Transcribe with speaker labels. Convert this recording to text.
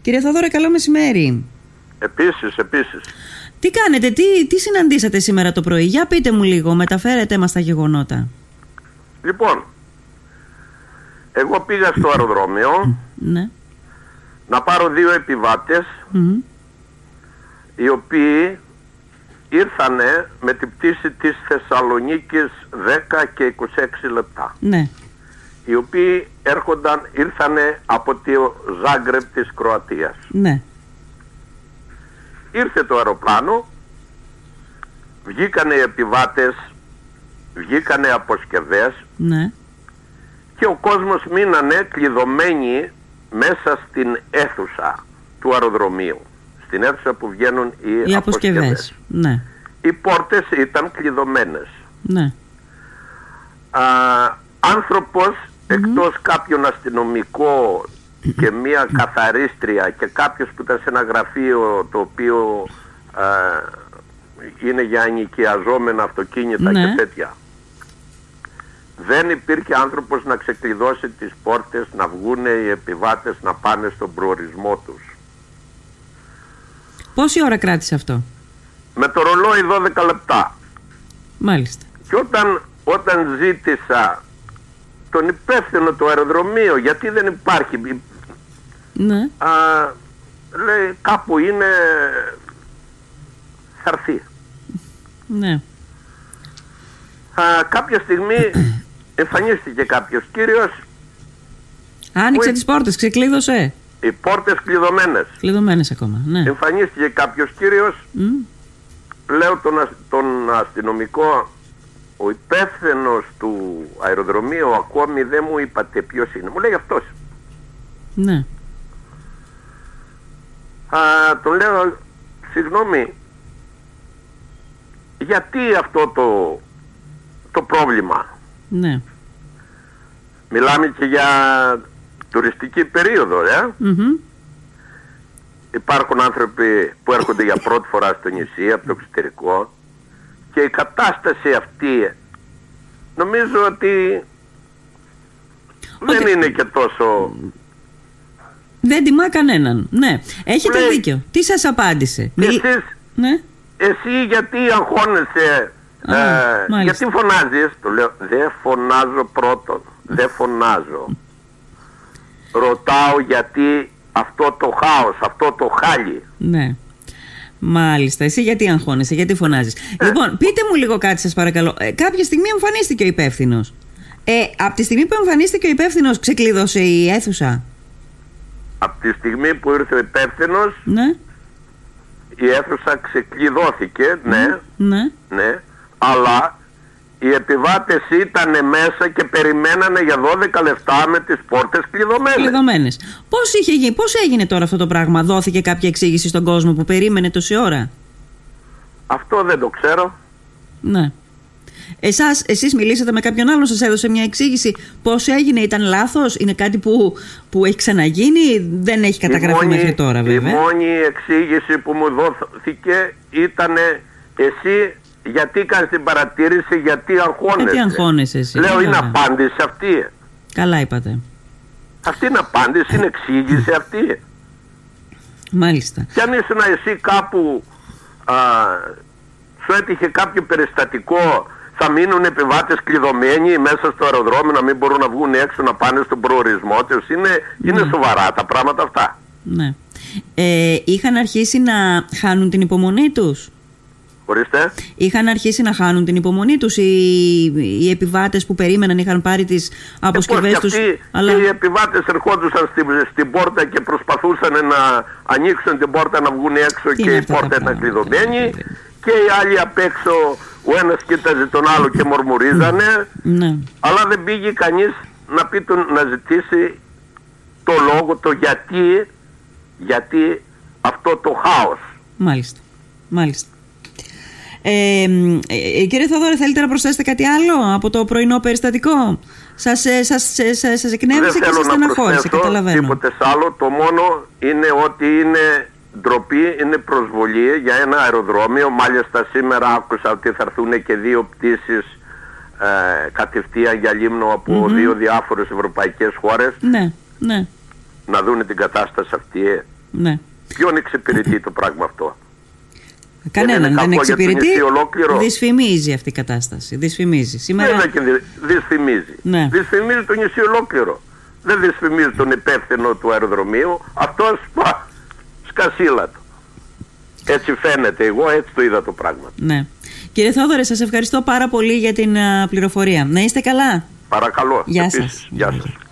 Speaker 1: Κύριε Θοδόρα, καλό μεσημέρι.
Speaker 2: Επίσης, επίσης.
Speaker 1: Τι κάνετε, τι, τι συναντήσατε σήμερα το πρωί, για πείτε μου λίγο, μεταφέρετε μας τα γεγονότα.
Speaker 2: Λοιπόν, εγώ πήγα στο αεροδρόμιο
Speaker 1: Ναι.
Speaker 2: να πάρω δύο επιβάτες
Speaker 1: Μμμ.
Speaker 2: οι οποίοι ήρθανε με την πτήση της Θεσσαλονίκης 10 και 26 λεπτά
Speaker 1: Ναι.
Speaker 2: οι οποίοι έρχονταν, ήρθανε από το Ζάγκρεπ της Κροατίας.
Speaker 1: Ναι.
Speaker 2: Ήρθε το αεροπλάνο, βγήκανε οι επιβάτες, βγήκανε αποσκευές
Speaker 1: Ναι.
Speaker 2: και ο κόσμος μείνανε κλειδωμένοι μέσα στην αίθουσα του αεροδρομίου. Στην αίθουσα που βγαίνουν οι,
Speaker 1: Οι αποσκευές. Ναι.
Speaker 2: Οι πόρτες ήταν κλειδωμένες.
Speaker 1: Ναι.
Speaker 2: Α, άνθρωπος εκτός κάποιον αστυνομικό και μία καθαρίστρια και κάποιος που ήταν σε ένα γραφείο το οποίο α, είναι για ενοικιαζόμενα αυτοκίνητα
Speaker 1: Ναι.
Speaker 2: και τέτοια. Δεν υπήρχε άνθρωπος να ξεκλειδώσει τις πόρτες, να βγούνε οι επιβάτες να πάνε στον προορισμό τους.
Speaker 1: Πόση ώρα κράτησε αυτό,
Speaker 2: Με το ρολόι 12 λεπτά.
Speaker 1: μάλιστα.
Speaker 2: Και όταν, όταν ζήτησα τον υπεύθυνο του αεροδρομίου, γιατί δεν υπάρχει,
Speaker 1: Ναι.
Speaker 2: α, λέει κάπου είναι, θα έρθει.
Speaker 1: Ναι.
Speaker 2: Α, κάποια στιγμή εμφανίστηκε κάποιος κύριος,
Speaker 1: Άνοιξε
Speaker 2: Ui.
Speaker 1: τις πόρτες, ξεκλείδωσε.
Speaker 2: οι πόρτες κλειδωμένες.
Speaker 1: Κλειδωμένες ακόμα. Ναι.
Speaker 2: Ε. Εμφανίστηκε κάποιος κύριος,
Speaker 1: Μμ.
Speaker 2: λέω τον, ασ- τον αστυνομικό, ο υπεύθυνος του αεροδρομίου ακόμη δεν μου είπατε ποιος είναι. Μου λέει αυτός.
Speaker 1: Ναι.
Speaker 2: Α, τον λέω, συγγνώμη, γιατί αυτό το, το πρόβλημα.
Speaker 1: Ναι.
Speaker 2: Μιλάμε και για τουριστική περίοδο, ε.
Speaker 1: Μμμ.
Speaker 2: Υπάρχουν άνθρωποι που έρχονται για πρώτη φορά στο νησί, από το εξωτερικό και η κατάσταση αυτή νομίζω ότι δεν
Speaker 1: Ότι-
Speaker 2: είναι και τόσο...
Speaker 1: Δεν τιμά κανέναν. Ναι. Έχετε
Speaker 2: Λέει.
Speaker 1: δίκιο. Τι σας απάντησε.
Speaker 2: Και
Speaker 1: Μιλ-
Speaker 2: εσείς,
Speaker 1: Ναι.
Speaker 2: εσύ γιατί αγχώνεσαι,
Speaker 1: Α,
Speaker 2: ε,
Speaker 1: μάλιστα.
Speaker 2: γιατί φωνάζεις, του λέω, δεν φωνάζω πρώτον, δεν φωνάζω. Ρωτάω γιατί αυτό το χάος, αυτό το χάλι.
Speaker 1: Ναι. Μάλιστα. Εσύ γιατί αγχώνεσαι, γιατί φωνάζεις. Λοιπόν, πείτε μου λίγο κάτι, σας παρακαλώ. Ε, κάποια στιγμή εμφανίστηκε ο υπεύθυνος. Ε, από τη στιγμή που εμφανίστηκε ο υπεύθυνος, ξεκλείδωσε η αίθουσα.
Speaker 2: Από τη στιγμή που ήρθε ο υπεύθυνος,
Speaker 1: Ναι.
Speaker 2: η αίθουσα ξεκλειδώθηκε, ναι,
Speaker 1: Ναι.
Speaker 2: ναι, αλλά οι επιβάτες ήταν μέσα και περιμένανε για 12 λεπτά με τις πόρτες κλειδωμένες.
Speaker 1: Κλειδωμένες. Πώς πώς έγινε τώρα αυτό το πράγμα, δόθηκε κάποια εξήγηση στον κόσμο που περίμενε τόση ώρα.
Speaker 2: Αυτό δεν το ξέρω.
Speaker 1: Ναι. Εσάς, εσείς μιλήσατε με κάποιον άλλον, σας έδωσε μια εξήγηση πώς έγινε, ήταν λάθος, είναι κάτι που, που έχει ξαναγίνει, δεν έχει καταγραφεί μέχρι τώρα βέβαια.
Speaker 2: Η μόνη εξήγηση που μου δόθηκε ήταν εσύ γιατί κάνεις την παρατήρηση, γιατί αγχώνεσαι.
Speaker 1: Γιατί αγχώνεσαι εσύ,
Speaker 2: Λέω
Speaker 1: βέβαια.
Speaker 2: είναι απάντηση αυτή.
Speaker 1: Καλά είπατε.
Speaker 2: Αυτή είναι απάντηση, είναι εξήγηση αυτή.
Speaker 1: Μάλιστα.
Speaker 2: Κι αν ήσουν εσύ κάπου, α, σου έτυχε κάποιο περιστατικό, θα μείνουν επιβάτες κλειδωμένοι μέσα στο αεροδρόμιο να μην μπορούν να βγουν έξω να πάνε στον προορισμό τους. Είναι, είναι σοβαρά τα πράγματα αυτά.
Speaker 1: Ναι. Ε, είχαν αρχίσει να χάνουν την υπομονή τους.
Speaker 2: Ορίστε.
Speaker 1: Είχαν αρχίσει να χάνουν την υπομονή τους οι, οι επιβάτες που περίμεναν, είχαν πάρει τις αποσκευές
Speaker 2: Ε, και
Speaker 1: τους.
Speaker 2: αυτοί
Speaker 1: Αλλά...
Speaker 2: και οι επιβάτες ερχόντουσαν στην, στην πόρτα και προσπαθούσαν να ανοίξουν την πόρτα να βγουν έξω
Speaker 1: Τι
Speaker 2: και
Speaker 1: είναι
Speaker 2: η
Speaker 1: αυτά τα
Speaker 2: πόρτα ήταν
Speaker 1: πράγματα,
Speaker 2: κλειδωμένη
Speaker 1: ρε παιδί.
Speaker 2: και οι άλλοι απ' έξω ο ένας κοίταζε τον άλλο και μορμουρίζανε
Speaker 1: Ναι.
Speaker 2: αλλά δεν πήγε κανείς να, πει τον, να ζητήσει το λόγο το γιατί, γιατί αυτό το χάος.
Speaker 1: Μάλιστα. Μάλιστα. Ε, μ, ε, κύριε Θοδόρε, θέλετε να προσθέσετε κάτι άλλο από το πρωινό περιστατικό. Σας, ε, σας, ε, σας, σας εκνεύρισε και σας στεναχώρησε, καταλαβαίνω.
Speaker 2: τίποτε σ' άλλο. Το μόνο είναι ότι είναι ντροπή, είναι προσβολή για ένα αεροδρόμιο. Μάλιστα σήμερα άκουσα ότι θα έρθουν και δύο πτήσεις ε, κατευθείαν για λίμνο από δύο διάφορες ευρωπαϊκές χώρες
Speaker 1: Ναι, ναι.
Speaker 2: να δουν την κατάσταση αυτή.
Speaker 1: Ναι.
Speaker 2: Ποιον εξυπηρετεί το πράγμα αυτό.
Speaker 1: Ε, Κανέναν
Speaker 2: είναι
Speaker 1: δεν
Speaker 2: κακό για το
Speaker 1: εξυπηρετεί.
Speaker 2: νησί ολόκληρο. Ναι,
Speaker 1: Δυσφημίζει αυτή η κατάσταση. Δυσφημίζει. Σήμερα.
Speaker 2: Δεν ακινδυ- δυσφημίζει.
Speaker 1: Ναι.
Speaker 2: Δυσφημίζει το νησί ολόκληρο. Δεν δυσφημίζει τον υπεύθυνο του αεροδρομίου. Αυτό σκασίλα του. Έτσι φαίνεται. Εγώ έτσι το είδα το πράγμα.
Speaker 1: Ναι. Κύριε Θόδωρε, σας ευχαριστώ πάρα πολύ για την α, ε, πληροφορία. Να είστε καλά.
Speaker 2: Παρακαλώ.
Speaker 1: Γεια
Speaker 2: Επίσης,
Speaker 1: σας.
Speaker 2: Γεια σας.